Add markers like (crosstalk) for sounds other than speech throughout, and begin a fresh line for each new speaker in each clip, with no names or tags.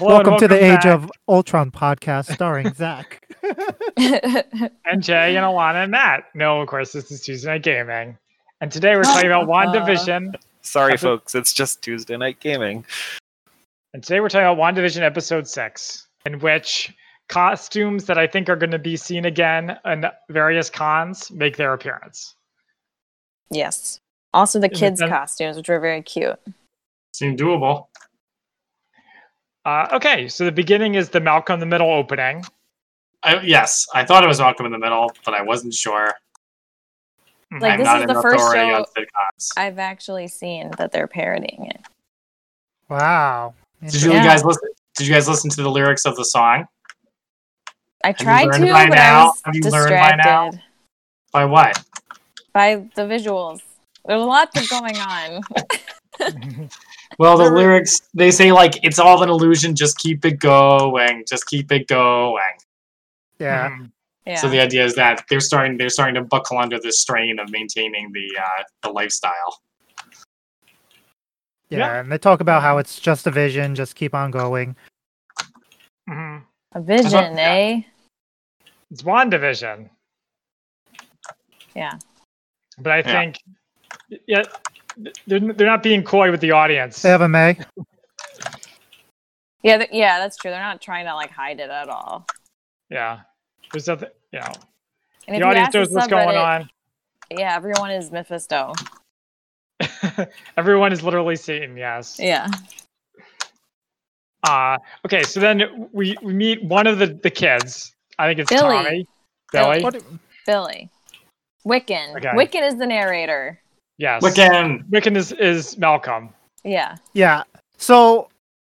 welcome, to the Age of Ultron podcast starring Zach.
and Jay and Alana and Matt. No, of course, this is Tuesday Night Gaming. And today we're talking about WandaVision.
Sorry,
Episode-
folks, it's just Tuesday night gaming.
And today we're talking about WandaVision Episode 6, in which costumes that I think are going to be seen again in various cons make their appearance.
(laughs) Yes. Also the
Is it
kids'
done?
costumes, which were very cute.
Seemed doable.
Uh, okay, so the beginning is the Malcolm in the Middle opening.
I, yes, I thought it was Malcolm in the Middle, but I wasn't sure.
Like
Hmm.
I'm
this
not
is
an
the first
authority
show
on sitcoms.
I've actually seen that they're parodying it.
Wow.
Did you
Yeah.
guys listen? Did you guys listen to the lyrics of the song?
I
you
tried to,
learned by
but
now?
I was
Have you learned by
distracted
now? By what?
by the visuals. There's a lot that's going
(laughs)
on.
Well, the
Sure.
lyrics they say like it's all an illusion. Just keep it going. Just keep it going.
Mm-hmm.
Yeah.
Mm-hmm. Yeah.
So the idea is that they're starting they're starting to buckle under the strain of maintaining the uh, the lifestyle.
yeah,
Yeah.
And they talk about how it's just a vision, just keep on
(laughs)
going.
Mhm.
a
(laughs)
vision,
thought-
eh?
It's WandaVision.
Yeah.
But I
Yeah.
think, yeah, they're, they're not being coy with the audience.
They have a May.
Yeah, th- yeah, that's true. They're not trying to like hide it at all.
Yeah. There's nothing, you know,
And
the
you
audience
ask the
knows what's going
subreddit,
on. (laughs)
Yeah, everyone is Mephisto.
Everyone is literally Satan, yes.
Yeah.
Uh, okay, so then we, we meet one of the, the kids. I think it's
Billy.
Tommy.
Billy.
Billy?
What,
Billy. Wiccan.
Okay.
Wiccan is the narrator.
Yes.
Wiccan.
Wiccan is, is Malcolm.
Yeah.
yeah. So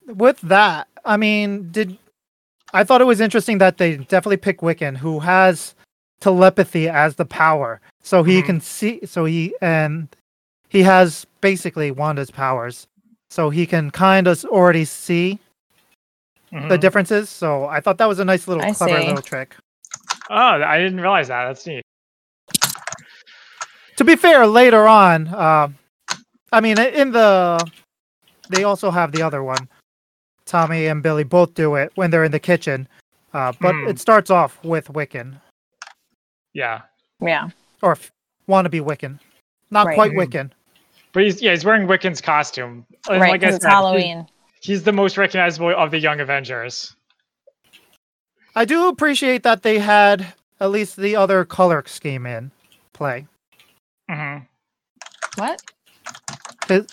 with that, I mean, did I thought it was interesting that they definitely pick Wiccan, who has telepathy as the power. So he
Mhm.
can see so he and he has basically Wanda's powers. So he can kind of already see the
Mhm.
differences. So I thought that was a nice little
I
clever
see.
little trick.
oh, I didn't realize that. That's neat.
To be fair, later on, uh, I mean, i- in the they also have the other one. Tommy and Billy both do it when they're in the kitchen, uh, but
Hmm.
it starts off with Wiccan
Yeah.
Yeah.
or f- wannabe Wiccan, not
Right.
quite Wiccan.
But he's, yeah, he's wearing Wiccan's costume. And
right.
like I
'cause it's
said, he-
Halloween.
he's the most recognizable of the Young Avengers.
I do appreciate that they had at least the other color scheme in play.
Mm-hmm.
What?
His,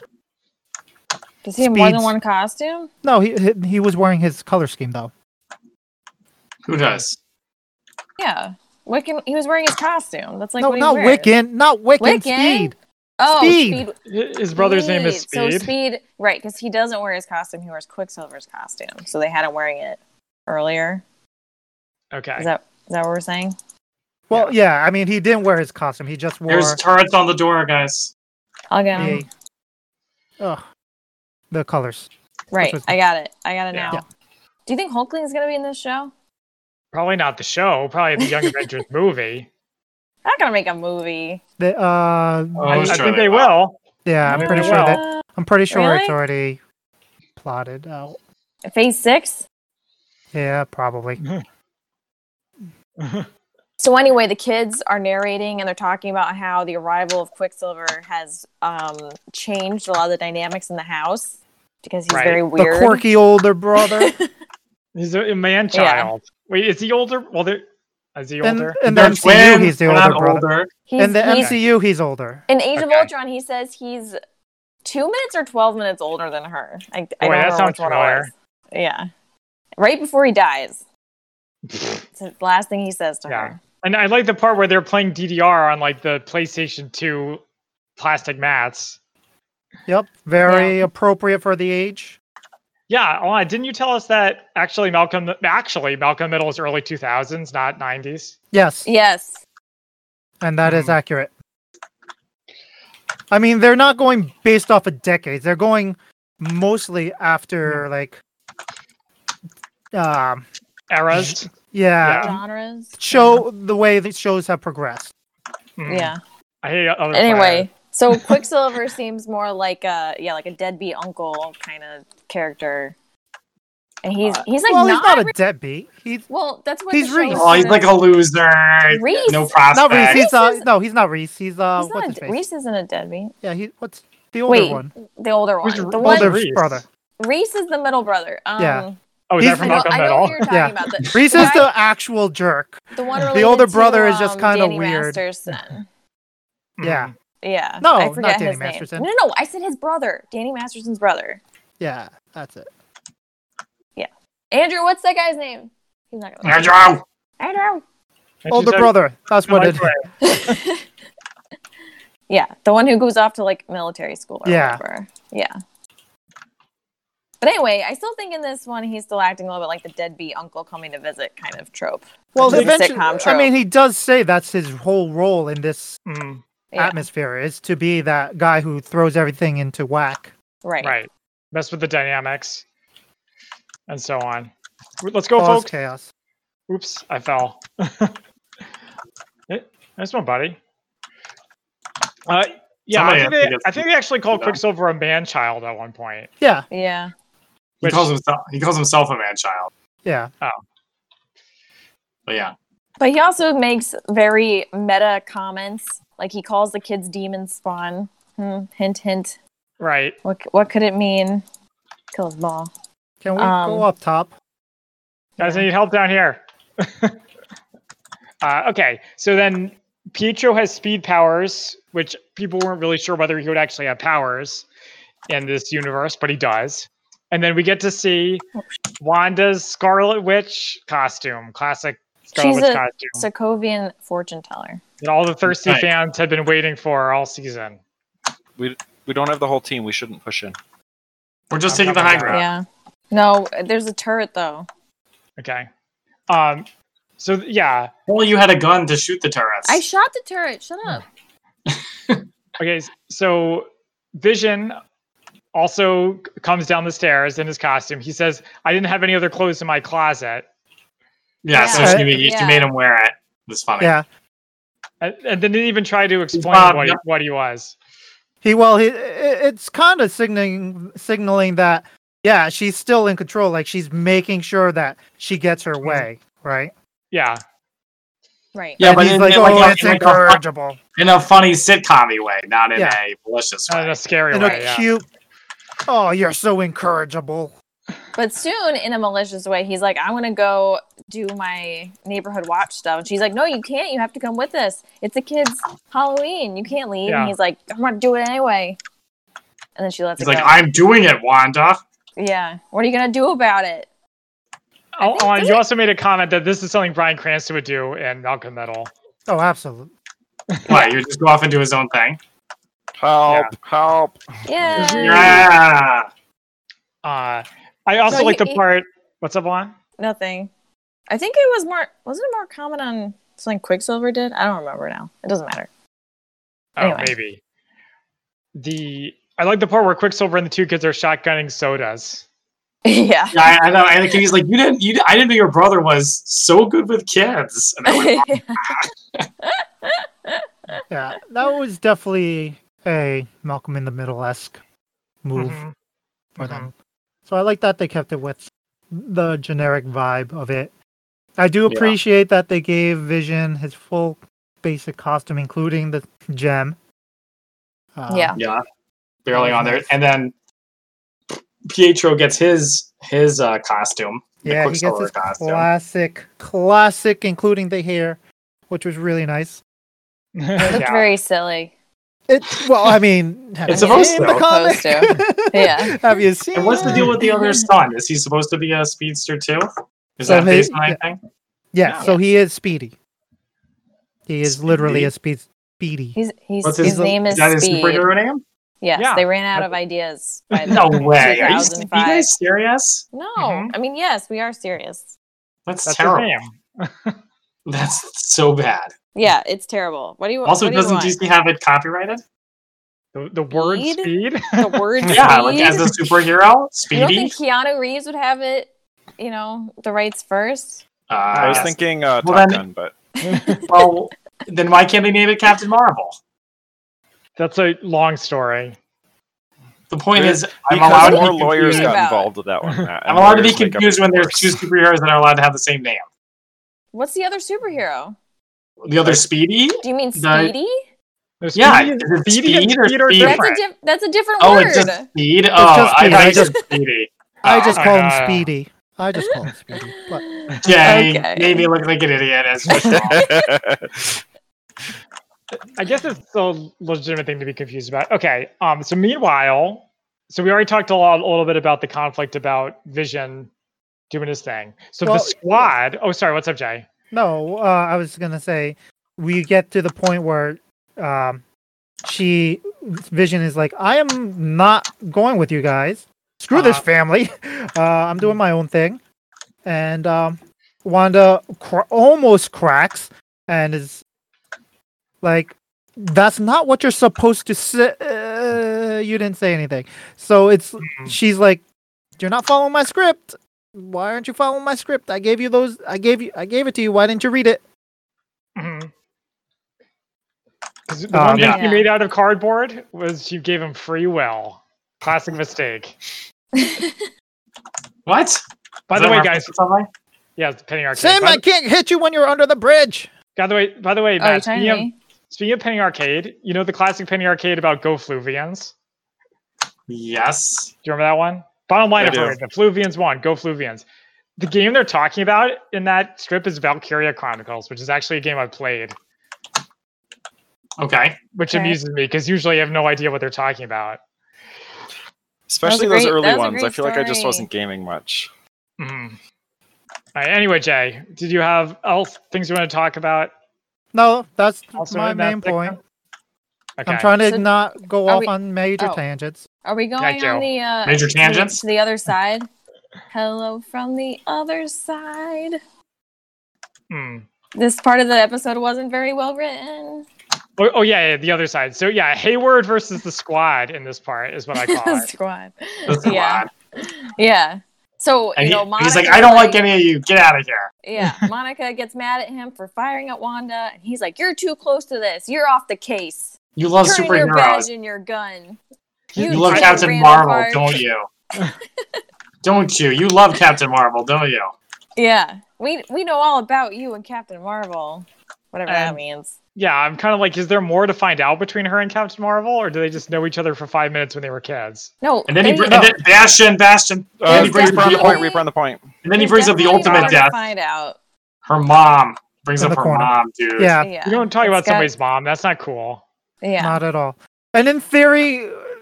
Does he have more than
Speeds.
one costume?
no, he he- he was wearing his color scheme though.
Who does?
Yeah. Wiccan he was wearing his costume. That's like
no,
what he
not
wears.
Wiccan, not Wiccan,
Wiccan?
Speed.
Oh,
Speed.
Speed.
His brother's name is
Speed. So
Speed.
Speed, right, because he doesn't wear his costume. He wears Quicksilver's costume. So they had him wearing it earlier.
Okay.
Is that is that what we're saying?
Well, yeah. I mean, he didn't wear his costume. He just wore
There's turrets on the door, guys.
I'll get him.
the, ugh, the colors.
Right.
was-
I got it. I got it
Yeah.
now. Do you think Hulkling's gonna be in this show?
Probably not the show. Probably
(laughs)
the Young Avengers movie.
They're not gonna make a movie.
The, uh,
Oh,
I, I
sure
think
they
they will.
yeah, I'm pretty sure that
Uh,
I'm pretty sure it's
Really?
already plotted out.
Phase six.
Yeah, probably.
So anyway, the kids are narrating and they're talking about how the arrival of Quicksilver has um, changed a lot of the dynamics in the house because he's
Right.
very weird.
The quirky older
(laughs)
brother,
He's a, man child. Wait, is he older? Well, there- is he
and
older?
in the
They're
MCU
twins,
he's the
they're
older
not
brother.
older.
He's,
In the
he's-
MCU he's older.
in Age of
Okay.
Ultron, he says he's two minutes or twelve minutes older than her. I, I
Boy,
don't
that
remember
sounds
which one it
familiar.
was. Yeah, right before he dies. it's the last thing he says to
Yeah.
her.
And I like the part where they're playing DDR on like the PlayStation 2 plastic mats.
Yep, very appropriate for the age.
Yeah, Alana, didn't you tell us that actually Malcolm actually Malcolm Middle is early 2000s, not 90s?
Yes,
Yes.
and that is
Hmm.
accurate. I mean, they're not going based off of decades. They're going mostly after like, um,
(laughs)
Eras?
yeah,
Um,
Genres.
show the way that shows have progressed.
Mm,
Yeah.
I hate other
(laughs)
Anyway, so Quicksilver seems more like a yeah, like a deadbeat uncle kind of character. and he's he's like
Uh, well,
not,
he's not a deadbeat. He's
well. That's what
he's
the show
Reese.
is
Oh, he's
gonna-
like a loser.
Reese.
No
not
prospect.
Reese. He's uh,
is-
no, he's not Reese. He's uh, what's
He's not
his
a,
face?
Reese isn't a deadbeat.
Yeah, he what's the older
Wait,
one?
The older one.
Who's
The
Re-
one
Older
Reese.
brother.
Reese is the middle brother. Um,
Yeah.
Oh, is that
He's-
I
from
know,
Malcolm
I know
at all?
what you're talking
Yeah.
about. The,
Reese
the
is
guy-
the actual jerk.
the one
the
related
older
to,
brother is just
um,
kinda
Danny
weird.
Masterson.
Hmm. Mm-hmm.
Yeah,
Yeah.
No,
I
not
forget
Danny
his name.
Masterson.
No, no, no. I said his brother, Danny Masterson's brother.
yeah, that's it.
Andrew, what's that guy's name? He's not gonna.
Andrew.
Andrew.
And she
Older
said,
brother. That's
"I
what
like
it.
Ray."
yeah, the one who goes off to like military school or
Yeah.
whatever. Yeah. But anyway, I still think in this one he's still acting a little bit like the deadbeat uncle coming to visit kind of trope.
Well,
Which is a
eventually,
sitcom
I
trope.
mean, he does say that's his whole role in this
Mm,
Yeah,
atmosphere is to be that guy who throws everything into whack.
right.
right. Mess with the dynamics and so on. Let's go,
Cause
folks.
chaos.
Oops, I fell. (laughs) Eh, nice one, buddy. Uh, yeah, I think,
Somebody has to
they,
get
I think they actually called
Yeah.
Quicksilver a man child at one point.
Yeah,
Yeah.
He
Which-
calls himself. He calls himself a man child.
yeah.
But yeah.
But he also makes very meta comments. Like he calls the kids demon spawn. Hmm, hint, hint.
Right.
What, what could it mean? Kill them all.
Can we
Um,
go up top?
Guys, I need help down here. (laughs) uh, okay, so then Pietro has speed powers, which people weren't really sure whether he would actually have powers in this universe, but he does. And then we get to see Wanda's Scarlet Witch costume, classic Scarlet
She's
Witch
a
costume
Sokovian fortune teller.
that all the thirsty
Right.
fans had been waiting for all season.
We don't have the whole team. We shouldn't push in.
We're just
I'm
taking the
coming
high
down.
ground.
Yeah. No, there's a turret though.
Okay. Um, so th- yeah.
Well, you had a gun to shoot the turrets.
I shot the turret. Shut up.
Okay, s- so Vision also c- comes down the stairs in his costume. He says, "I didn't have any other clothes in my closet,"
yeah,
Yeah.
So she, she
Yeah.
made him wear it. It's funny.
Yeah,
and, and didn't even try to explain
Bob,
what, he,
no.
what he was.
he well, he it- it's kind of signaling signaling that yeah, she's still in control. Like she's making sure that she gets
Mm-hmm.
her way, right?
Yeah,
Right.
Yeah,
And
but
he's
in,
like,
in,
oh,
like, a-
it's
in, like, a fu- (laughs)
incorrigible
in a funny sitcom way, not in
Yeah.
a malicious
not in
way.
a scary
in
way.
a
Yeah.
cute. Oh, you're so incorrigible.
But soon, in a malicious way, he's like, I'm going to go do my neighborhood watch stuff. And she's like, No, you can't. You have to come with us. It's the kids' Halloween. You can't leave.
Yeah.
And he's like, I'm going to do it anyway. And then she lets
He's
it
like,
go.
I'm doing it, Wanda.
yeah. What are you going to do about it? I
Oh,
think-
Alan,
doesn't
you
it-
also made a comment that this is something Brian Cranston would do in Malcolm Metal.
Oh, absolutely.
What? You would just go off and do his own thing?
Help! Help!
Yeah.
Yeah.
Uh, I also
No,
like
he-
the
he-
part. What's up, Alan?
Nothing. I think it was more, wasn't it more common on something Quicksilver did? I don't remember now. It doesn't matter.
Oh,
Anyway.
maybe. The I like the part where Quicksilver and the two kids are shotgunning sodas.
(laughs) yeah.
yeah I, I know. And he's like, you didn't. You, I didn't know your brother was so good with kids. And I
(laughs)
went,
Yeah, that was definitely a Malcolm in the Middle esque
Mm-hmm.
move
Mhm.
for them. Mm-hmm. So I like that they kept it with the generic vibe of it. I do
Yeah.
appreciate that they gave Vision his full basic costume, including the gem. Uh,
yeah.
(laughs) yeah, barely on there. And then Pietro gets his his uh, costume. the
Yeah, he gets
Quicksilver
his classic, classic, including the hair, which was really nice.
It's
yeah.
very silly.
It well, I mean, (laughs) have
It's
you
supposed
seen
to.
the comic?
Supposed
(laughs)
Yeah.
have you seen?
And what's the
it?
deal with the other son? Is he supposed to be a speedster too? Is
So
that
they-
based on anything?
Yeah,
Yeah.
so he is speedy. He is literally a speed
Speedy?
speedy.
He's, he's,
What's
his,
his-
name is,
Is that his
Speed.
superhero name?
Yes,
Yeah.
they ran out of ideas. By the-
No way. Are you, are you
2005.
guys serious?
No,
Mhm.
I mean yes, we are serious.
That's,
That's his
terrible.
name.
(laughs) That's so bad.
Yeah, it's terrible. What do you
Also,
what do you
doesn't
want?
DC have it
(laughs)
copyrighted?
The, the word
Speed?
speed? (laughs)
the word
(laughs) Yeah, like
speed?
as a superhero,
you don't
Speedy.
think Keanu Reeves would have it? You know, the rights first.
Uh,
I was
yes.
thinking uh,
Well,
Top
then-
Gun, but
Well, then why can't they name it Captain Marvel?
That's a long story.
The point
Dude,
is, I'm
because
allowed to be
more
confused.
lawyers
confused
got
about.
involved with that one. Matt,
I'm
and
allowed to be
lawyers make up
confused when there's
words.
two (laughs) superheroes that are allowed to have the same name.
What's the other superhero?
The other Speedy?
Do you mean
The-
Speedy?
There's
Yeah,
speed,
is it
speed and
speed or
speed are
speed?
That's a
different.
diff- that's a different
Oh,
word.
it's just Speed? Oh,
just
I
Speed,
thought
I
you said Speedy.
I just
Ah,
call him
yeah.
Speedy. I just call him
(laughs)
Speedy. But
(laughs) Jenny
Okay.
made me look like an idiot as usual.
I guess it's a legitimate thing to be confused about. Okay. Um. So meanwhile, so we already talked a lot, a little bit about the conflict about Vision doing his thing. So
Well-
the squad. Oh, sorry. What's up, Jay?
no, uh, I was gonna say we get to the point where um, she Vision is like, I am not going with you guys. Screw this
Uh-huh.
family. (laughs) Uh, I'm doing my own thing. And um, Wanda cr- almost cracks and is like, that's not what you're supposed to say. Uh, you didn't say anything. So it's she's like, you're not following my script. Why aren't you following my script? I gave you those. I gave you. I gave it to you. Why didn't you read it?
Mhm. 'Cause The
Um,
one thing
Yeah.
he made out of cardboard was you gave him free will. Classic mistake.
(laughs) What?
By
Is
the
that
way,
a
guys,
reference to something?
yeah, it's Penny Arcade.
Sam,
by,
I can't hit you when you're under the bridge.
by the way, by the way,
oh, you're
Matt,
trying
speaking, of,
to me.
speaking of Penny Arcade, you know the classic Penny Arcade about Go Fluvians?
Yes.
Do you remember that one? Bottom line
I
of
do.
it, the Fluvians won. Go Fluvians. The game they're talking about in that strip is Valkyria Chronicles, which is actually a game I played,
Okay.
which
Okay.
amuses me because usually I have no idea what they're talking about.
(laughs) Especially
That was a
those
great- that was
early
a
ones. I
great
feel like I just
story.
wasn't gaming much.
Mhm. All right. Anyway, Jay, did you have else things you want to talk about?
No, that's
Also
my
in that
main point.
Okay.
I'm trying to
So-
not go
are
off
we-
on major
oh.
tangents.
Are we going
Joe.
on the uh,
Major
to the-
tangents?
to the other side? Hello from the other side.
Hmm.
This part of the episode wasn't very well written. (laughs)
Oh, oh yeah, yeah, the other side. So yeah, Hayward versus the squad in this part is what I call
(laughs)
it.
Squad.
That's a
Yeah.
lot.
Yeah. So
And
you
he-
know, Monica,
he's like, I don't like any of you. Get out of here. (laughs)
Yeah, Monica gets mad at him for firing at Wanda, and he's like, "You're too close to this. You're off the case.
You love
Turn in your badge
superheroes.
and your gun."
You,
You
love
fucking
Captain
Randall
Marvel,
Park. (laughs)
don't you? don't you? You love Captain Marvel, don't you?
Yeah, we we know all about you and Captain Marvel, whatever that
And-
means.
Yeah, I'm kind of like, is there more to find out between her and Captain Marvel, or do they just know each other for five minutes when they were kids?
No,
And then he
they-
br- and then Bastion, Bastion,
Uh,
he brings
Reaper on the
definitely-
point. Reaper on the point.
and then he
there's
brings up the
definitely more
ultimate
to
death.
Find out.
Her mom brings
In
up
the
her
corner.
mom, dude.
Yeah,
Yeah,
You don't talk
It's
about
got-
somebody's mom. That's not cool.
Yeah,
not at all. And in theory,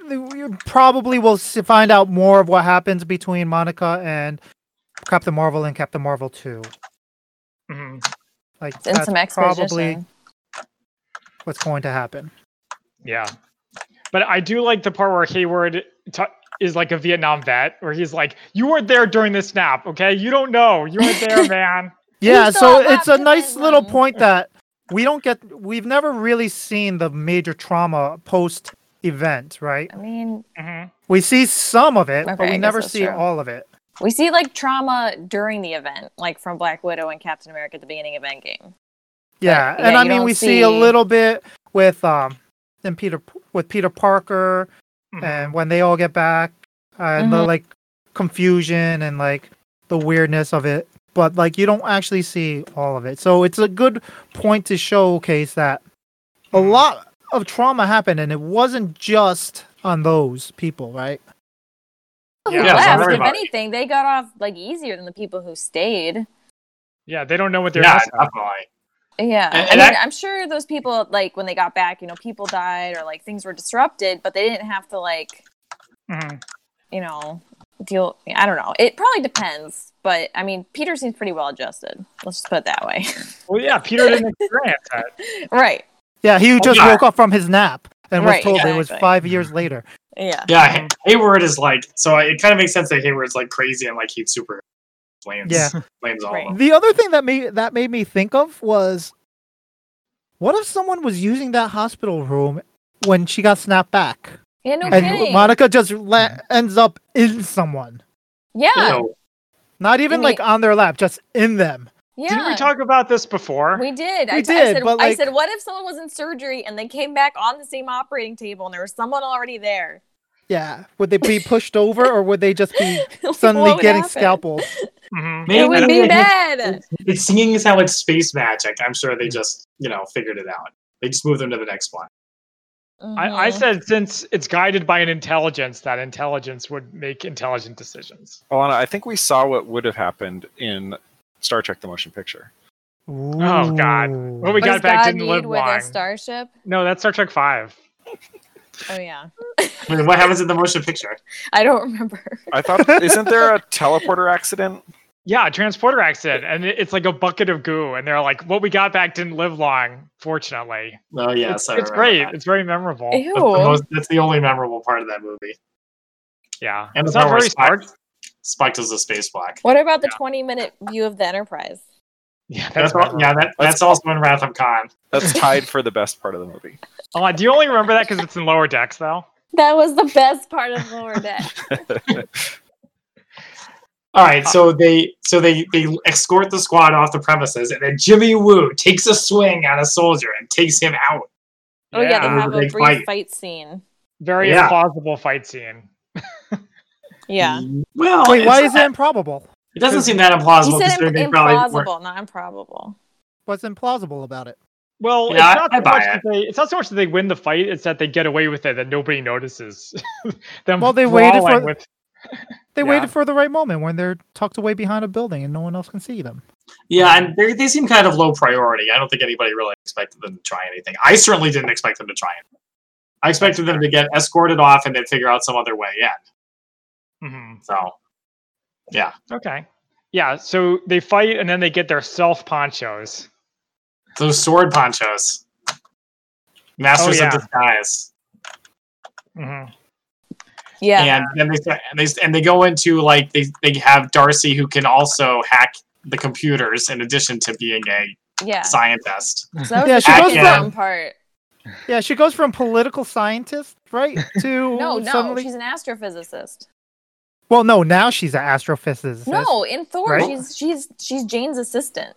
you probably will s- find out more of what happens between Monica and Captain Marvel and Captain Marvel Two.
Mhm.
Like
and
that's
some
probably
exposition.
what's going to happen.
Yeah, but I do like the part where Hayward t- is like a Vietnam vet, where he's like, "You weren't there during the snap, okay? You don't know. You weren't
(laughs)
there, man."
Yeah,
saw
so it's a nice little
baptism.
point that we don't get. We've never really seen the major trauma post event, right?
I mean,
hmm
We see some of it,
Okay,
but
I
we
guess
never
that's
see
true.
all of it.
we see like trauma during the event, like from Black Widow and Captain America at the beginning of Endgame.
Yeah,
yeah,
and I
you
mean
don't
we see... a
see-
little bit with um then Peter with Peter Parker
Mm-hmm.
and when they all get back uh, and the
Mhm.
like confusion and like the weirdness of it, but like you don't actually see all of it. So it's a good point to showcase that a
Mm-hmm.
lot of trauma happened and it wasn't just on those people, right?
Who
Yeah,
it's on
left? If
everybody.
anything, they got off like easier than the people who stayed.
Yeah, they don't know what they're.
Yeah,
missing.
definitely.
Yeah,
And-
I
and
mean,
that-
I'm sure those people, like when they got back, you know, people died or like things were disrupted, but they didn't have to like,
Mhm.
you know, deal. I don't know. It probably depends, but I mean, Peter seems pretty well adjusted. Let's just put it that way. (laughs)
Well, yeah, Peter didn't experience that.
right.
Yeah, he just
yeah.
woke up from his nap and was
Oh, Right,
told it was
exactly.
5 years later.
Yeah.
Yeah, Hay- Hayward is like so. It kind of makes sense that Hayward's like crazy and like he's super blames
Yeah.
blames all
Right.
of them.
The other thing that made that made me think of was what if someone was using that hospital room when she got snapped back?
Yeah. No
and
kidding.
Monica just la- ends up in someone.
yeah.
Ew.
Not even
mean-
like on their lap, just in them.
Yeah.
Didn't we talk about this before?
We did. I
We
t- I
did,
said,
but,
I
like-
said, what if someone was in surgery and they came back on the same operating table and there (laughs) was someone already there?
Yeah. Would they
(laughs)
be pushed over or would they just be
What
suddenly
would
getting
happen?
scalpeled?
Mhm.
It would be
Maybe.
bad.
It's singing is how it's space magic. I'm sure they just, you know, figured it out. They just moved them to the next one.
I, I
Mhm.
said since it's guided by an intelligence, that intelligence would make intelligent decisions.
Alana, I think we saw what would have happened in Star Trek: The Motion Picture.
Oh, God. When we
What
got
does
back,
God
didn't live
need with
long.
a starship.
No, that's Star Trek Five.
Oh yeah,
I mean, what happens in the motion picture?
I don't
(laughs)
remember.
I thought, isn't there
(laughs)
a teleporter accident?
Yeah, a transporter accident, and it- it's like a bucket of goo, and they're like, "What we got back didn't live long, fortunately."
Oh yes,
it's,
I
it's
remember
great.
that.
It's very memorable.
Ew.
That's the, most, that's the only memorable part of that movie.
Yeah,
And
it's
the
not
part where
very smart.
Spock, Spock does a spacewalk.
What about the
Yeah.
20 minute view of the Enterprise?
Yeah,
That's
that's
all, yeah, that, that's also in Wrath of Khan.
That's tied for the best part of the movie.
Uh, do you only remember that because it's in lower decks, though?
That was the best part of Lower Deck.
(laughs)
All right,
Uh,
so they so they they escort the squad off the premises, and then Jimmy Woo takes a swing at a soldier and takes him out.
Oh yeah, they
Yeah.
have a
Big
brief
fight.
fight, scene.
Very
Yeah.
implausible fight scene.
Mm-hmm.
Yeah,
Well,
Wait,
it's
why is
not-
it improbable?
It doesn't seem that implausible
he said
considering they
im-
probably were,
implausible, not improbable.
What's implausible about it?
Well,
Yeah,
it's, not
I
so
buy
much
it.
that they, it's not so much that they win the fight; it's that they get away with it and nobody notices. (laughs) them
Well, they waited
brawling
for-
with-
They
Yeah.
waited for the right moment when they're tucked away behind a building and no one else can see them.
Yeah, and they, they seem kind of low priority. I don't think anybody really expected them to try anything. I certainly didn't expect them to try it. I expected them to get escorted off and then figure out some other way in.
Mhm.
So, yeah.
Okay, yeah. So they fight, and then they get their self ponchos.
Those sword ponchos. Masters
Oh, yeah.
of disguise.
hmm
Yeah,
And then they start- and they and they go into like they, they have Darcy who can also hack the computers in addition to being a (laughs)
yeah.
scientist.
So that was
Yeah,
the
she
second
goes from-
dumb part.
Yeah, she goes from political scientist,
(laughs)
right, to
No, no,
suddenly-
she's an astrophysicist.
Well, no, now she's an astrophysicist.
No, in Thor,
Right?
she's she's she's Jane's assistant.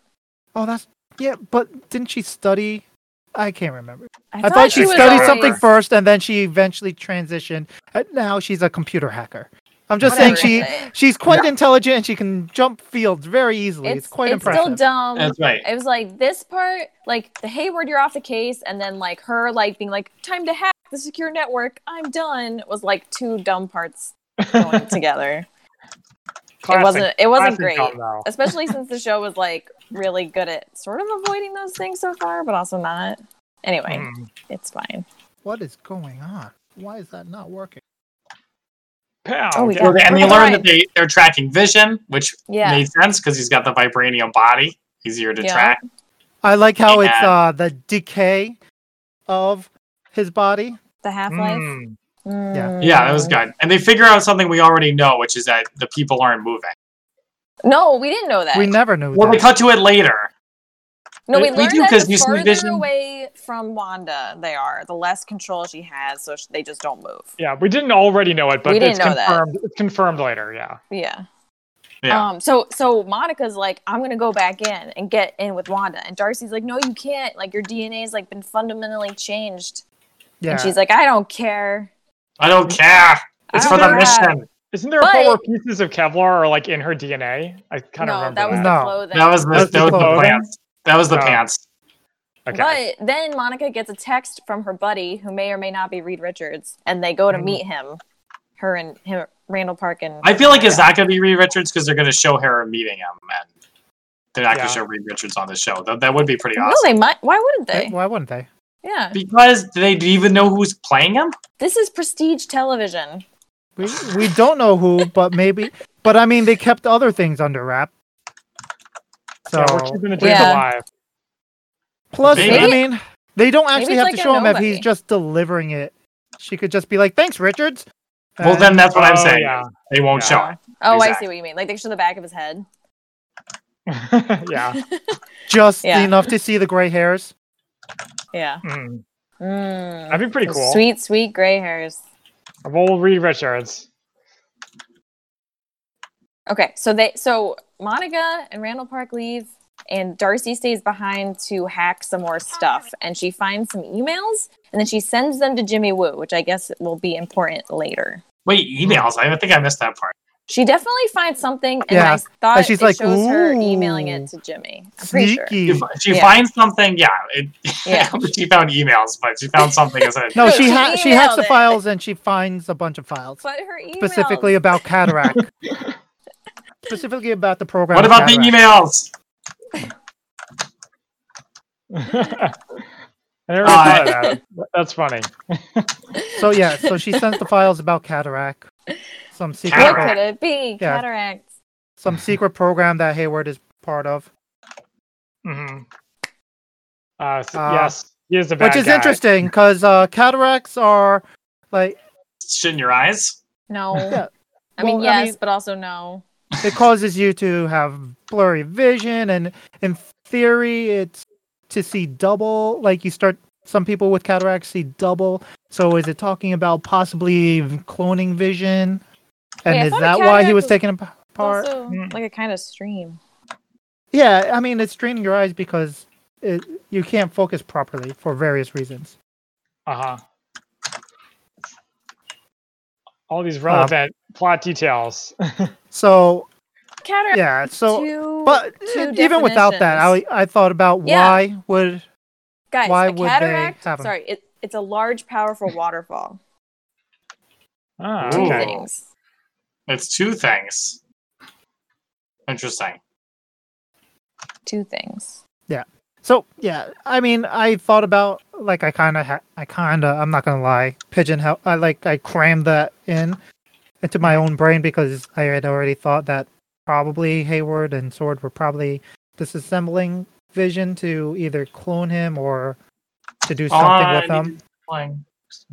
Oh, that's yeah, but didn't she study? I can't remember.
I,
I, thought she
was
studied
always-
something first, and then she eventually transitioned. And now she's a computer hacker. I'm just
Whatever.
saying she she's quite intelligent and she can jump fields very easily. It's, quite impressive.
still dumb.
That's right.
Mm-hmm. It was like this part, like the Hayward, you're off the case, and then like her, like being like, time to hack the secure network. I'm done. Was like two dumb parts going together. It wasn't. It wasn't great, especially since the show was like really good at sort of avoiding those things so far, but also not. Anyway,
Mm.
Mm-hmm.
it's fine.
What is going on? Why is that not working?
Oh, we
Well,
got-
and they
We're
learn
fine.
that they, they're tracking vision, which
Yeah.
made sense because he's got the vibranium body, easier to
Yeah.
track.
I like how it's
Yeah.
uh the decay of his body.
The Half Life.
Mm.
Yeah.
Mm-hmm.
Yeah, that was good. And they figure out something we already know, which is that the people aren't moving.
No, we didn't know that.
We never knew
Well,
that.
they cut to it later.
No, we,
We
learned
do,
that
'cause
the
you see
further
vision.
away from Wanda they are, the less control she has, so sh- they just don't move.
Yeah, we didn't already know it, but
We didn't
it's
know that.
confirmed. It's confirmed later. Yeah.
Yeah.
Yeah.
Um. So so Monica's like, I'm gonna go back in and get in with Wanda, and Darcy's like, No, you can't. Like your DNA's like been fundamentally changed,
yeah.
and she's like, I don't care.
I don't care.
I
It's for
don't
the
care."
mission.
Isn't there a
But-
part where pieces of Kevlar are like in her DNA? I kind of
No,
remember
that was
that.
the
No.
clothing.
That was the,
That's
that was
the
the
clothing?
pants. That was the
Oh.
pants.
okay.
But then Monica gets a text from her buddy, who may or may not be Reed Richards, and they go to
Mm.
Mhm.
meet him. Her and him, Randall Park and
I feel like it's not going to be Reed Richards because they're going to show her meeting him, and they're not going
Yeah.
to show Reed Richards on the show. That, that would be pretty
no,
awesome.
they might. Why wouldn't
Hey,
they?
Why wouldn't they?
Yeah,
Because do they even know who's playing him?
this is prestige television.
We we don't know who, but maybe. But I mean, they kept other things under wrap. So
So we're keeping the dreams
Yeah.
alive.
plus, I
Maybe-
mean, they don't actually
it's
have
like
to
a
show him if he's
nobody.
just delivering it. She could just be like, "Thanks, Richards."
Well, then that's what I'm
Oh,
saying.
Yeah.
They won't
Yeah.
show it.
Oh, I
Exactly.
see what you mean. Like they show the back of his head.
yeah. (laughs)
just
Yeah.
enough to see the gray hairs.
Yeah.
Mm.
Mm.
That'd be pretty
Those
cool. Sweet.
Sweet, sweet gray hairs.
Of old Reed Richards. (laughs)
Okay, so they so Monica and Randall Park leave, and Darcy stays behind to hack some more stuff, and she finds some emails, and then she sends them to Jimmy Woo, which I guess will be important later.
Wait, emails. I think I missed that part.
She definitely finds something, and
Yeah.
I thought
And she's
it
like,
shows her emailing
"Ooh,
it to Jimmy. I'm pretty sure.
Sneaky.
She, fi- she
Yeah.
finds something. Yeah, it,
Yeah.
(laughs) she found emails, but she found something. As a,
(laughs)
No,
No,
she
she
ha- she hacks
emailed
the
it.
files and she finds a bunch of files
But her email
specifically about
(laughs)
cataract, specifically about the program.
what
of
about the
cataract.
emails?
I never
Uh,
thought of that. That's funny.
So yeah, so she sends the files about cataract, some secret,
What
Cataract.
could it be?
Yeah.
Cataracts.
some secret program that Hayward is part of,
Mhm. Uh, s-
Uh,
yes, he is a bad
which is
guy.
interesting because uh, cataracts are like
Shit in your eyes.
(laughs)
No.
Yeah.
I mean,
Well, I
yes,
mean-
but also no.
it causes you to have blurry vision, and in theory, it's to see double. Like you start, some people with cataracts see double. So is it talking about possibly cloning vision? And
Wait, I
is
thought a
that why he
cataract
was
was
taken ap- apart?
Also,
Mm.
like a kind of stream.
Yeah, I mean, it's straining your eyes because it, you can't focus properly for various reasons.
Uh-huh. All these relevant plot details.
So
Cataracts.
yeah, so
two,
but e-,
two
even without that, I
definitions.
I thought about
Yeah.
why would
guys,
why
a
would they
cataract.
have 'em?
sorry, it, it's a large, powerful waterfall.
Ah,
Two (laughs)
Ooh.
okay.
things.
It's two things. Interesting.
Two things.
so yeah. I mean, I thought about like I kind of ha- I kind of I'm not gonna lie, pigeonhole. I like I crammed that in into my own brain because I had already thought that probably Hayward and Sword were probably disassembling Vision to either clone him or to do something
Uh,
with him.
Flying.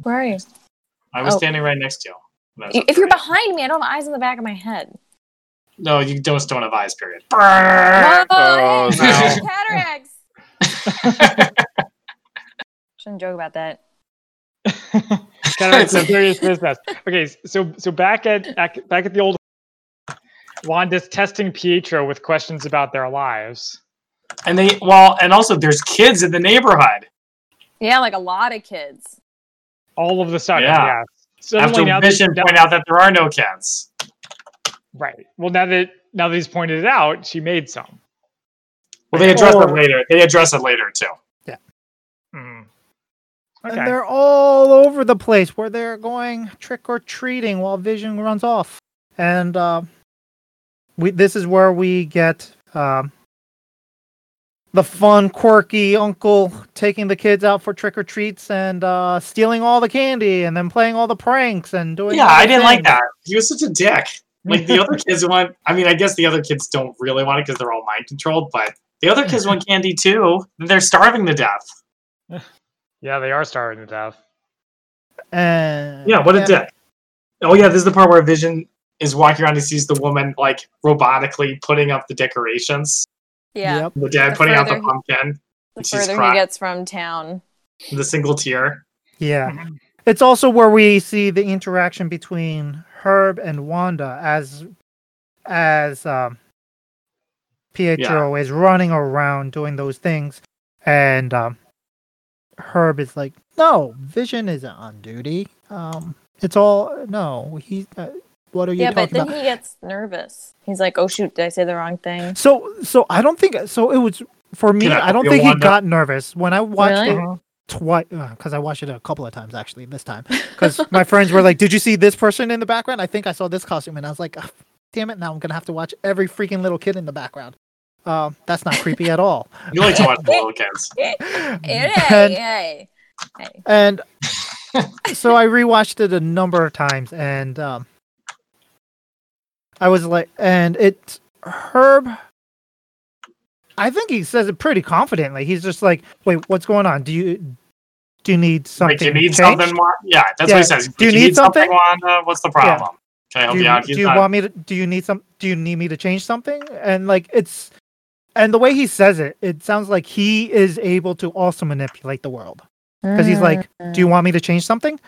Where are you?
I was
Oh.
standing right next to you. And I was
You-
like,
If you're behind me, I don't have eyes in the back of my head.
No, you just don't have eyes. Period.
Whoa,
Oh,
hey,
no.
cataracts. Shouldn't joke about that.
kind of like some serious business. Okay, s- so so back at back back at the old Wanda's testing Pietro with questions about their lives.
And they well, and also there's kids in the neighborhood.
Yeah, like a lot of kids.
All of the sudden,
Yeah.
yeah. Suddenly now
After
that-
Vision
now-
point out that there are no kids.
right. Well, now that now that he's pointed it out, she made some.
Well, they address it
Or-
later. They address it later too.
Mhm.
And
Okay.
they're all over the place where they're going trick or treating while Vision runs off. And uh, we this is where we get um, the fun, quirky uncle taking the kids out for trick or treats and uh, stealing all the candy and then playing all the pranks and doing.
Yeah,
all the
I didn't like
things.
that. He was such a dick. Like the other kids want. I mean, I guess the other kids don't really want it because they're all mind controlled. But the other kids want candy too. and They're starving to death.
yeah, they are starving to death.
And
Yeah, what a
yeah,
dick. Oh yeah, this is the part where Vision is walking around and sees the woman like robotically putting up the decorations.
Yeah.
Yep.
The dad
The
putting out the
further he-
pumpkin.
The
She's
further
crying.
he gets from town.
The single tear.
Yeah.
Mm-hmm.
It's also where we see the interaction between Herb and Wanda as as um, Pietro is running around doing those things and um, Herb is like, "No, Vision isn't on duty. Um it's all no, he uh, what are you
yeah, but
talking
then
about?"
he gets nervous. He's like, "Oh shoot, did I say the wrong thing?"
So so I don't think so it was for me,
Yeah,
I don't
you
think he
wonder-
got nervous when I watched
Really?
it twice because uh, I watched it a couple of times actually this time because my friends were like, "Did you see this person in the background?" I think I saw this costume, and I was like, "Ah, "Damn it! Now I'm gonna have to watch every freaking little kid in the background." Um, that's not creepy at all.
You like to watch the little kids.
Hey,
And-
hey, hey.
and so I rewatched it a number of times, and um, I was like, and it Herb. I think he says it pretty confidently. He's just like, "Wait, what's going on? Do you do you need something?
Like, do you need
changed?
something more? Yeah, that's what
Yeah.
he says.
Do you need
Wanda? uh, What's the problem? Can I help
do
you,
you,
out?
do
He's
you
not-
want me to do you need some do you need me to change something and like it's and the way he says it it sounds like he is able to also manipulate the world because he's like do you want me to change something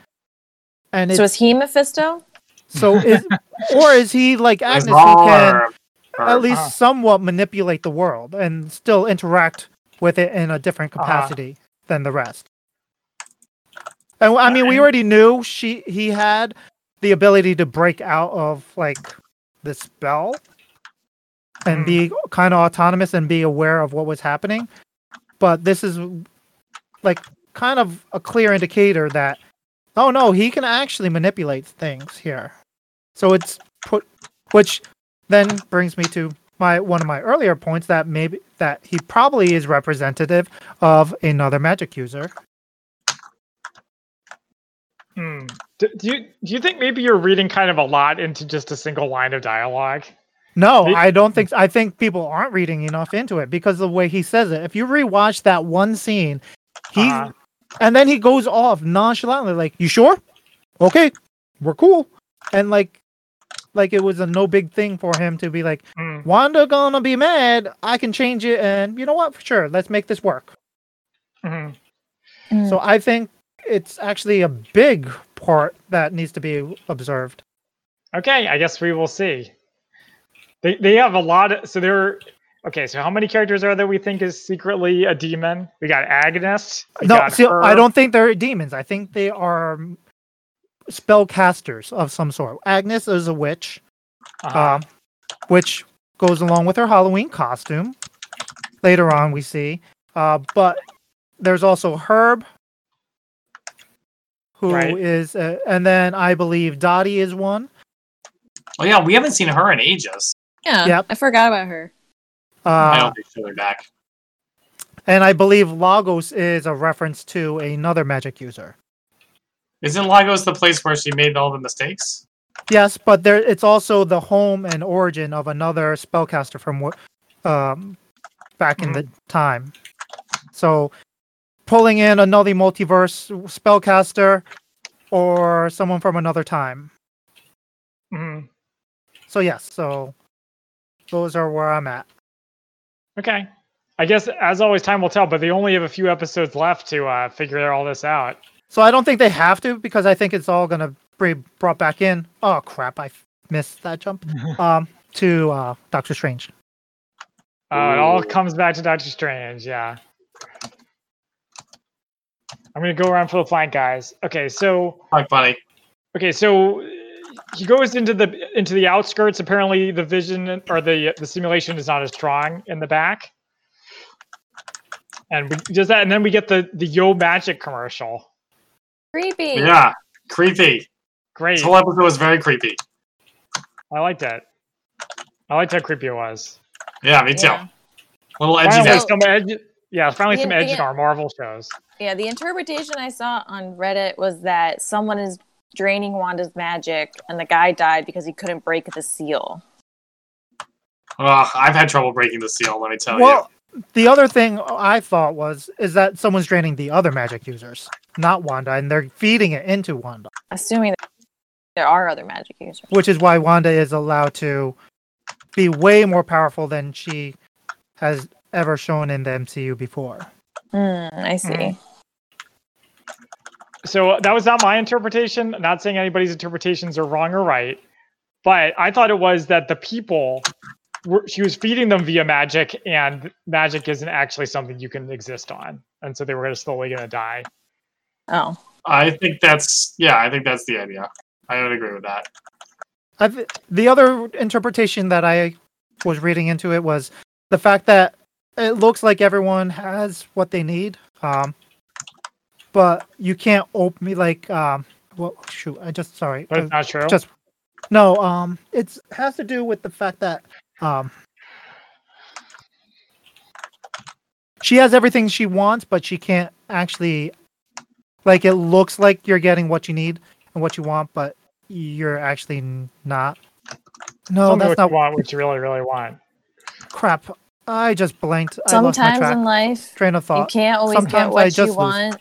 and
Mm. So
it's
is he Mephisto?
so is or is he like
Where's
agnes who can
Barb? Barb.
at least
Ah.
somewhat manipulate the world and still interact with it in a different
Uh-huh.
capacity than the rest. And I mean, we already knew she he had the ability to break out of like the spell and
Hmm.
be kind of autonomous and be aware of what was happening. But this is like kind of a clear indicator that oh no, he can actually manipulate things here. So it's put which then brings me to my one of my earlier points that maybe that he probably is representative of another magic user.
Hmm. Do, do you do you think maybe you're reading kind of a lot into just a single line of dialogue?
No,
May-
I don't think. I think people aren't reading enough into it because of the way he says it. If you rewatch that one scene, he
Uh-huh.
and then he goes off nonchalantly, like, "You sure? Okay, we're cool," and like, like it was a no big thing for him to be like,
Hmm.
"Wanda gonna be mad? I can change it, and you know what? For sure, let's make this work."
Mhm.
Mm.
So I think it's actually a big part that needs to be observed.
Okay, I guess we will see. They they have a lot. Of, so there. Are, okay, so how many characters are there? We think is secretly a demon. We got Agnes. We
No,
got
see, I
her.
don't think they're demons. I think they are mm, spellcasters of some sort. Agnes is a witch,
Uh-huh.
um, which goes along with her Halloween costume. Later on, we see. Uh, but there's also Herb, who is,
Right.
uh, and then I believe Dottie is one.
Oh yeah, we haven't seen her in ages.
yeah,
Yep.
I forgot about her.
I
Uh,
don't think she'll be back.
and I believe Lagos is a reference to another magic user.
Isn't Lagos the place where she made all the mistakes?
Yes, but there it's also the home and origin of another spellcaster from wh- um, back in the time. So pulling in another multiverse spellcaster or someone from another time.
Mhm.
So yes, so those are where I'm at.
Okay. I guess as always, time will tell. But they only have a few episodes left to uh, figure all this out.
So I don't think they have to because I think it's all gonna be brought back in. Oh crap, I f- missed that jump. um, to uh, Doctor Strange.
Uh, it all
Ooh.
comes back to Doctor Strange, yeah. I'm gonna go around for the flank, guys. Okay, so
Fuck, buddy.
okay, so uh, he goes into the into the outskirts. Apparently, the vision or the the simulation is not as strong in the back. And we does that, and then we get the the Yo Magic commercial.
Creepy.
Yeah, creepy.
Great,
This whole episode was very creepy.
I liked that. I liked how creepy it was.
Yeah, me too.
Yeah.
Little edgy.
Finally,
nasty.
some edge. Yeah, finally some
The-
edge
the-
in our Marvel shows.
Yeah, the interpretation I saw on Reddit was that someone is draining Wanda's magic and the guy died because he couldn't break the seal.
Ugh, I've had trouble breaking the seal. Let me tell you.
well, the other thing I thought was is that someone's draining the other magic users, not Wanda, and they're feeding it into Wanda,
Assuming there are other magic users.
which is why Wanda is allowed to be way more powerful than she has ever shown in the MCU before.
Mm, I see.
Mhm.
Hmm.
so uh, that was not my interpretation. Not saying anybody's interpretations are wrong or right, but I thought it was that the people were, she was feeding them via magic, and magic isn't actually something you can exist on, and so they were gonna slowly gonna die.
Oh,
I think that's yeah. I think that's the idea. I would agree with that.
I've, the other interpretation that I was reading into it was the fact that it looks like everyone has what they need, um, but you can't open me like um, well shoot I just sorry
But
uh,
it's not true.
Just- No, um, it's has to do with the fact that um, she has everything she wants, but she can't actually. Like it looks like you're getting what you need and what you want, but you're actually n- not. No,
Tell me
that's
what
not
you want, what you really, really want.
crap. I just blanked. I lost my
sometimes
track.
in life
train of
you
thought.
can't always
Sometimes
get
I
what
just
you
lose.
want,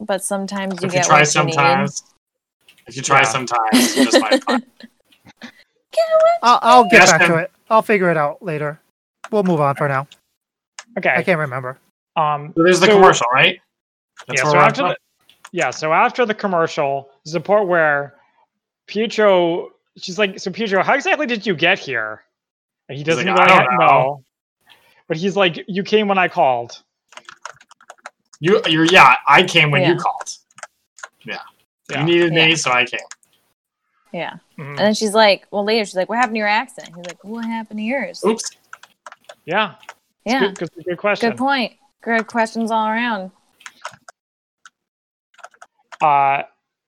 but sometimes you
if you
get
try
what
sometimes, if you try
Yeah.
sometimes, you just might find.
you need. Get
I'll, I'll get
Yes,
back to
ma'am.
it. I'll figure it out later. We'll move on for now. I
Okay.
can't remember.
Um.
So there's the
So-
commercial, right? That's
yeah,
where
so
we're
after
at.
the, yeah, so after the commercial, there's a part where Pietro, she's like, so Pietro, how exactly did you get here? And he
He's
doesn't
like, "I
really
don't
know.
know."
But he's like, you came when I called.
you, you're yeah. I came when you
Yeah.
called. Yeah.
Yeah.
You needed
Yeah.
me, so I came.
Yeah.
Mhm.
Hmm. Mm-hmm.
And then she's like, well, later she's like, what happened to your accident? He's like, what happened to yours?
Oops.
Yeah.
yeah.
Good, good, good question.
Good point. Good questions all around.
Uh,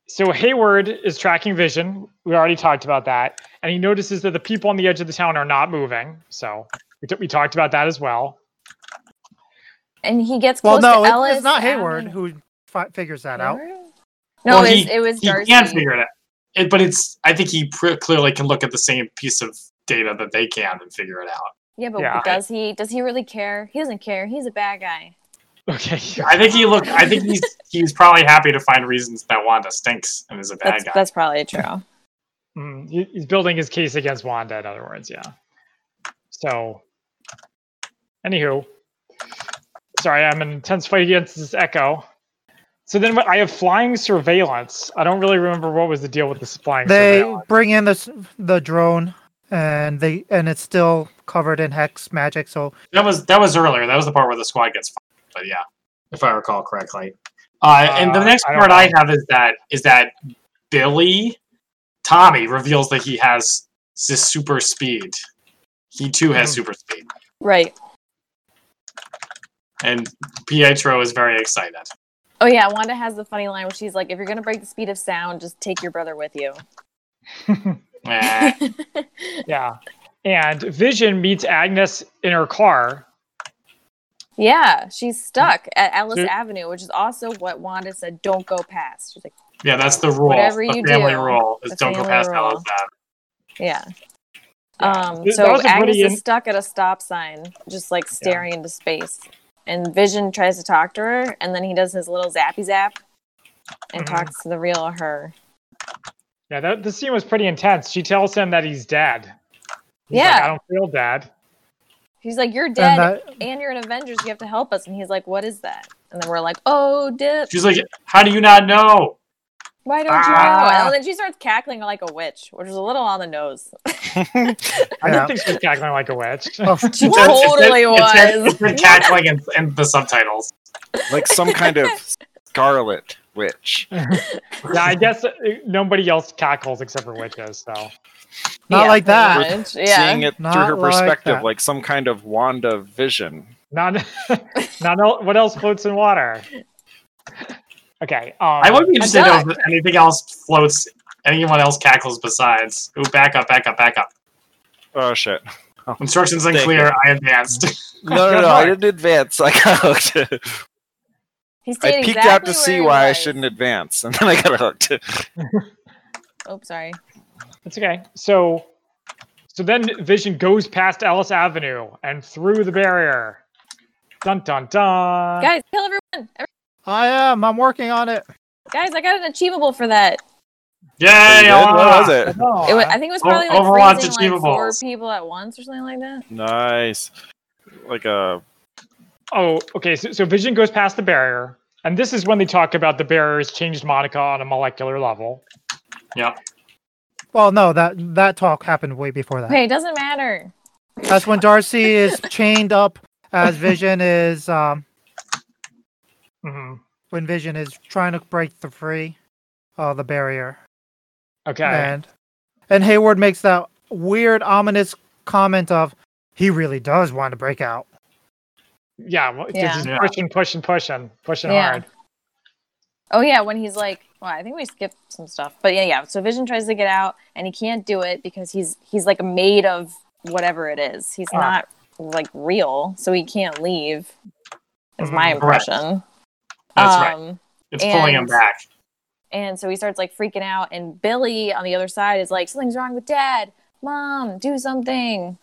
so Hayward is tracking vision. We already talked about that, and he notices that the people on the edge of the town are not moving. So we, t- we talked about that as well. (laughs)
And he gets
Well,
close
no,
to
it-
Ellis.
it's not
and
Hayward
Alan-
who fi- figures that out.
Hayward? No,
Well,
it was,
he-
it was
He
Darcy.
can figure it out, it, but it's. I think he pr- clearly can look at the same piece of data that they can and figure it out.
Yeah, but
Yeah.
does he? Does he really care? He doesn't care. He's a bad guy.
Okay.
I think he look. I think he's he's probably happy to find reasons that Wanda stinks and is a bad
That's
guy.
that's probably true.
Mm, he- he's building his case against Wanda, in other words, yeah. So, anywho, sorry, I'm in an intense fight against this echo. So then what- I have flying surveillance. I don't really remember what was the deal with this flying
They
surveillance.
bring in the s- the drone, and they and it's still covered in hex magic. So
That was that was earlier. That was the part where the squad gets fired. But yeah, if I recall correctly. Uh, and the
Uh,
next
I don't
part I
know.
have is that is that Billy Tommy reveals that he has this super speed. He too has
Mhm.
super speed,
(laughs) Right.
and Pietro is very excited.
Oh yeah, Wanda has the funny line where she's like, "If you're gonna break the speed of sound, just take your brother with
(laughs)
you."
(laughs)
Eh,
Yeah. And Vision meets Agnes in her car.
yeah, she's stuck at Ellis
So-
Avenue, which is also what Wanda said. Don't go past. She's like,
yeah, that's the rule.
Whatever
the
you
family
do,
rule is
the
don't go
family
past
rule.
Alice Ave.
yeah.
Yeah.
Um,
Th- that
so
was a pretty
Agnes
in-
is stuck at a stop sign, just like staring into space. And Vision tries to talk to her, and then he does his little zappy zap and
Mhm.
Mm-hmm.
talks to the real her.
Yeah, that, the scene was pretty intense. She tells him that he's dead. He's like,
Yeah.
I don't feel dead.
He's like, "You're dead,
and
and,
that,
you're an Avengers. You have to help us." And he's like, "What is that?" And then we're like, "Oh, dip!
She's like, "How do you
(laughs)
not know?"
Why don't you
Ah.
know?" And then she starts cackling like a witch, which is a little on the nose. (laughs)
I
Yeah.
didn't think she was cackling like a
(laughs)
witch. (laughs)
oh,
She
It says- it says-
totally
it says-
was.
it said cackling in, in the subtitles.
like some
(laughs)
kind of scarlet witch.
yeah, I guess uh, nobody else cackles except for witches, so.
(laughs)
Not like
pretty
that.
much. Yeah.
Seeing it
Not
through her
like
perspective,
that.
like some kind of Wanda vision.
(laughs)
Not, (laughs) not el- what else floats in water? Okay. Um,
I would be interested
duck.
to know if anything else floats, anyone else cackles besides. Ooh, back up, back up, back up.
Oh shit!
Instructions
Thank
unclear. I advanced.
(laughs) No, no, no! I didn't advance. (laughs) I got hooked.
He
I
stayed
peeked
exactly
out to
where
see
he
why I
was.
shouldn't advance, and then I got hooked.
Oh, sorry.
It's okay. So, so then Vision goes past Ellis Avenue and through the barrier. Dun dun
Uh,
dun.
Guys, kill everyone. Every-
I am. I'm working on it.
Guys, I got an achievable for that.
(laughs) Yay!
(laughs) what
Alana!
was it?
It was, I think it was
Oh,
probably like
Overwatch
freezing like four
achievables.
people at once or something like that.
Nice. Like a
Oh, okay. So, so Vision goes past the barrier, and this is when they talk about the barriers changed Monica on a molecular level.
Well, no, that that talk happened way before that.
Okay, it doesn't matter.
That's when Darcy is chained up, as Vision is um,
hmm
when Vision is trying to break the free, uh, the barrier,
Okay.
and and Hayward makes that weird ominous comment of he really does want to break out.
yeah. Well,
Yeah.
This is
Yeah.
pushing, pushing, pushing, pushing
Yeah.
hard.
Oh yeah, when he's like, well, I think we skipped some stuff, but yeah, yeah. So Vision tries to get out, and he can't do it because he's he's like made of whatever it is. He's
Ah.
not like real, so he can't leave. Is my
Mhm,
Mm-hmm. correct.
impression.
That's right.
um,
It's pulling him
and-
back.
And so he starts like freaking out. And Billy on the other side is like, something's wrong with dad. Mom, do something.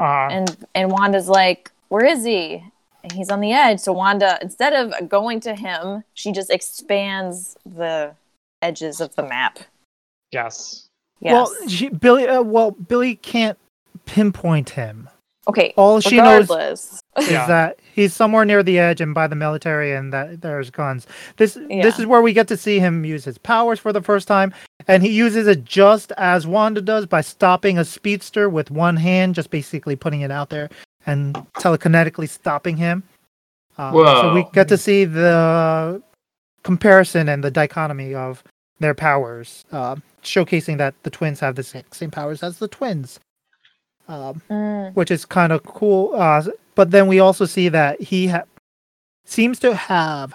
Uh,
And and Wanda's like, where is he? And he's on the edge. So Wanda, instead of going to him, she just expands the edges of the map. (laughs)
yes.
Yes.
Well, she, Billy. Uh, well, Billy can't pinpoint him.
okay.
All she knows
Regardless.
is
Yeah.
that he's somewhere near the edge and by the military and that there's guns. This
Yeah.
this is where we get to see him use his powers for the first time and he uses it just as Wanda does by stopping a speedster with one hand just basically putting it out there and telekinetically stopping him. Uh, so we
Whoa.
get to see the comparison and the dichotomy of their powers, uh, showcasing that the twins have the sa- same powers as the twins, um,
Mm.
which is kind of cool. Uh, but then we also see that he ha- seems to have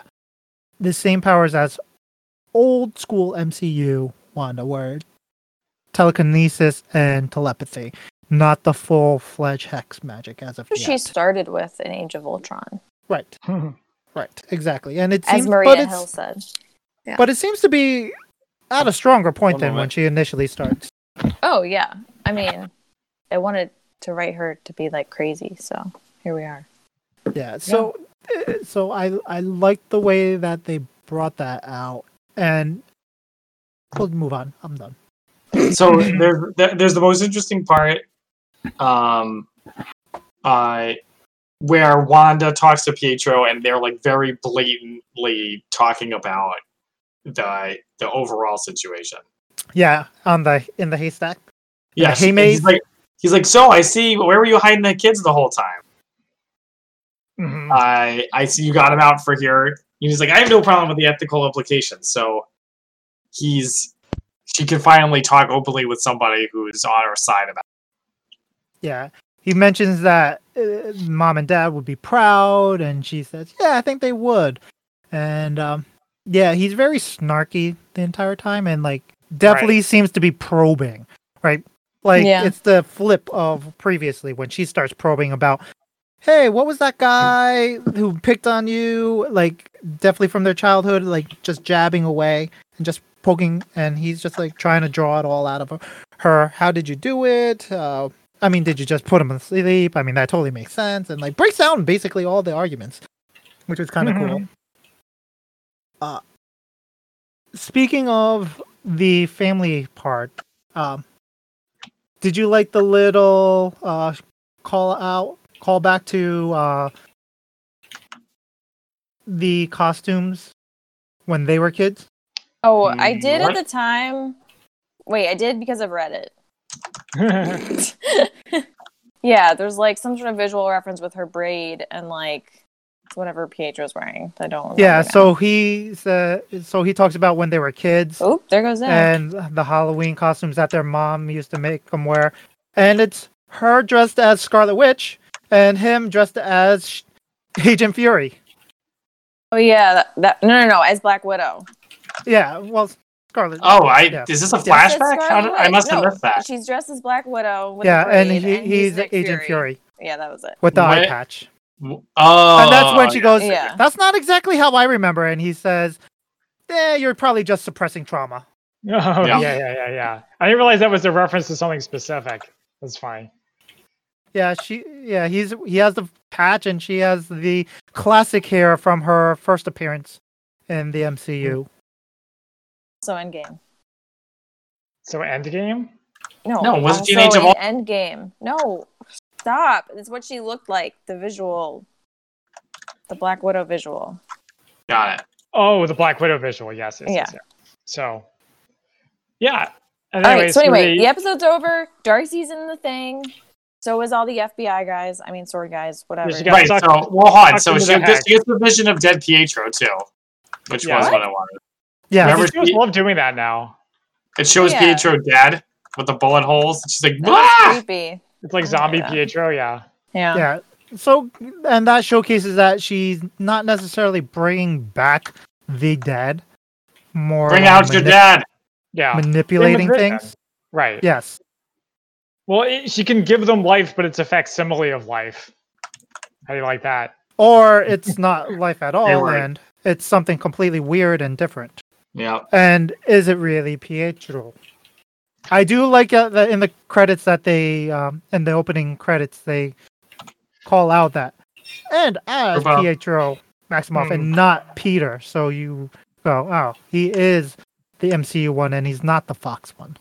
the same powers as old school MCU Wanda, where telekinesis and telepathy, not the full fledged hex magic as of
Who
yet.
She started with in Age of Ultron,
Right, right, exactly. And it
as
seems,
Maria
but it's,
Hill said.
but it seems to be at a stronger point
One
than when
moment.
she initially starts.
Oh yeah, I mean, I wanted to write her to be like crazy, so here we are.
Yeah. So, eh, so I I like the way that they brought that out, and we'll move on. I'm done.
so there, there, there's the most interesting part um uh where wanda talks to pietro and they're like very blatantly talking about the the overall situation
Yeah, on the in the haystack.
yeah
The hay
and
maze?
he's like he's like so i see where were you hiding the kids the whole time
Mhm.
i i see you got him out for here and he's like i have no problem with the ethical implications so he's she can finally talk openly with somebody who's on her side about
Yeah. He mentions that uh, mom and dad would be proud, and she says, "Yeah, I think they would." And um, yeah, he's very snarky the entire time, and like definitely seems to be probing, right? Like
Yeah.
it's the flip of previously when she starts probing about, "Hey, what was that guy who picked on you?" Like definitely from their childhood, like just jabbing away and just poking, and he's just like trying to draw it all out of her. her How did you do it? Uh, I mean, did you just put him to sleep? I mean, that totally makes sense. And like breaks down basically all the arguments, which was kind of cool. Uh, speaking of the family part, um, did you like the little uh, call out, call back to uh, the costumes when they were kids?
Oh,
Hmm.
I did
What?
at the time. Wait, I did because I've read
Mm-hmm. (laughs)
it. (laughs) yeah, there's like some sort of visual reference with her braid and like whatever Pietro's wearing. I don't.
Yeah.
remember
So he uh, so he talks about when they were kids.
now. Oop, there goes that.
and the Halloween costumes that their mom used to make them wear. And it's her dressed as Scarlet Witch and him dressed as Sh- Agent Fury.
oh yeah, that, that no no no as Black Widow.
Yeah, well, Scarlet.
Oh, I
Yeah.
is this a
Yeah.
It said
flashback? How
Scarlet
did- I
Witch.
must have
No,
missed that.
She's dressed as Black Widow. With
yeah,
a
and,
braid,
he, he's,
Nick
Agent Fury.
Yeah, that was it.
with the eye
What?
patch.
Oh,
and that's when she goes,
Yeah.
That's not exactly how I remember. And he says, Eh, you're probably just suppressing trauma.
(laughs) Oh, yeah.
Yeah.
yeah, yeah, yeah, I didn't realize that was a reference to something specific. That's fine.
Yeah, she. Yeah, he's he has the patch, and she has the classic hair from her first appearance in the MCU.
So Endgame.
So Endgame?
No,
No, it wasn't
also
Teenage Evol-
in Endgame. No, stop. It's what she looked like. The visual, the Black Widow visual.
got it.
Oh, the Black Widow visual. Yes, yes, yes,
Yeah.
yeah. So, yeah. And
All right. So anyway,
the-
the episode's over. Darcy's in the thing. So is all the FBI guys. I mean, sword guys. Whatever.
she got- Yeah,
right.
suck-
so, well, hold on.
suck
So
into
she,
the
this,
hack.
she gets the vision of dead Pietro too, which
Yeah.
was what I wanted.
Yeah,
Remember-
These shows love doing that now.
It shows
Yeah.
Pietro dead with the bullet holes. And she's like,
That was
ah!
creepy.
It's like
Oh,
zombie
yeah.
Pietro, yeah.
Yeah.
yeah so and that showcases that she's not necessarily bringing back the dead more
"Bring
like
out your
manip-
dad."
Yeah.
manipulating
Manipulate them.
things
Right.
yes
Well, it, she can give them life, but it's a facsimile of life. How do you like that? (laughs)
or it's not life at all
were-
and it's something completely weird and different
Yeah.
and is it really pietro i do like uh, the, in the credits that they um, in the opening credits they call out that and as
About-
pietro maximoff and not peter so you go oh he is the mcu one and he's not the fox one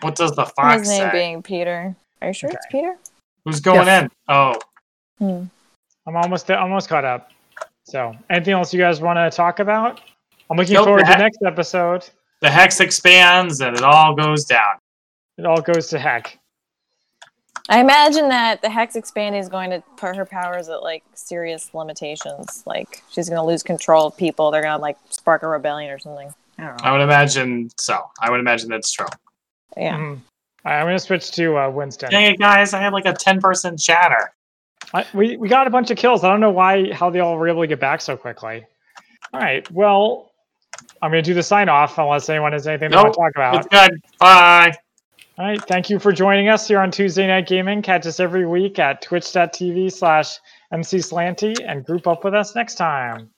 What does the
His
fox
name
say?
being Peter. Are you sure it's Peter?
Who's going
Yes.
in? Oh,
Hmm.
I'm almost almost caught up. So, anything else you guys want to talk about? I'm looking
Nope,
forward to
that-
next episode.
the hex expands and it all goes down.
It all goes to heck.
I imagine that the hex expanding is going to put her powers at like serious limitations. Like she's going to lose control of people. They're going to like spark a rebellion or something.
Yeah.
I would imagine so. I would imagine that's true.
Yeah.
Mhm. All right, I'm gonna switch to uh, Winston.
Dang it, guys! I had like a ten-person chatter.
I, we we got a bunch of kills. I don't know why how they all were able to get back so quickly. All right, well, I'm gonna do the sign off unless anyone has anything they want
Nope,
to talk about.
It's good. Bye.
All right, thank you for joining us here on Tuesday Night Gaming. Catch us every week at twitch.tv slash mcslanty and group up with us next time.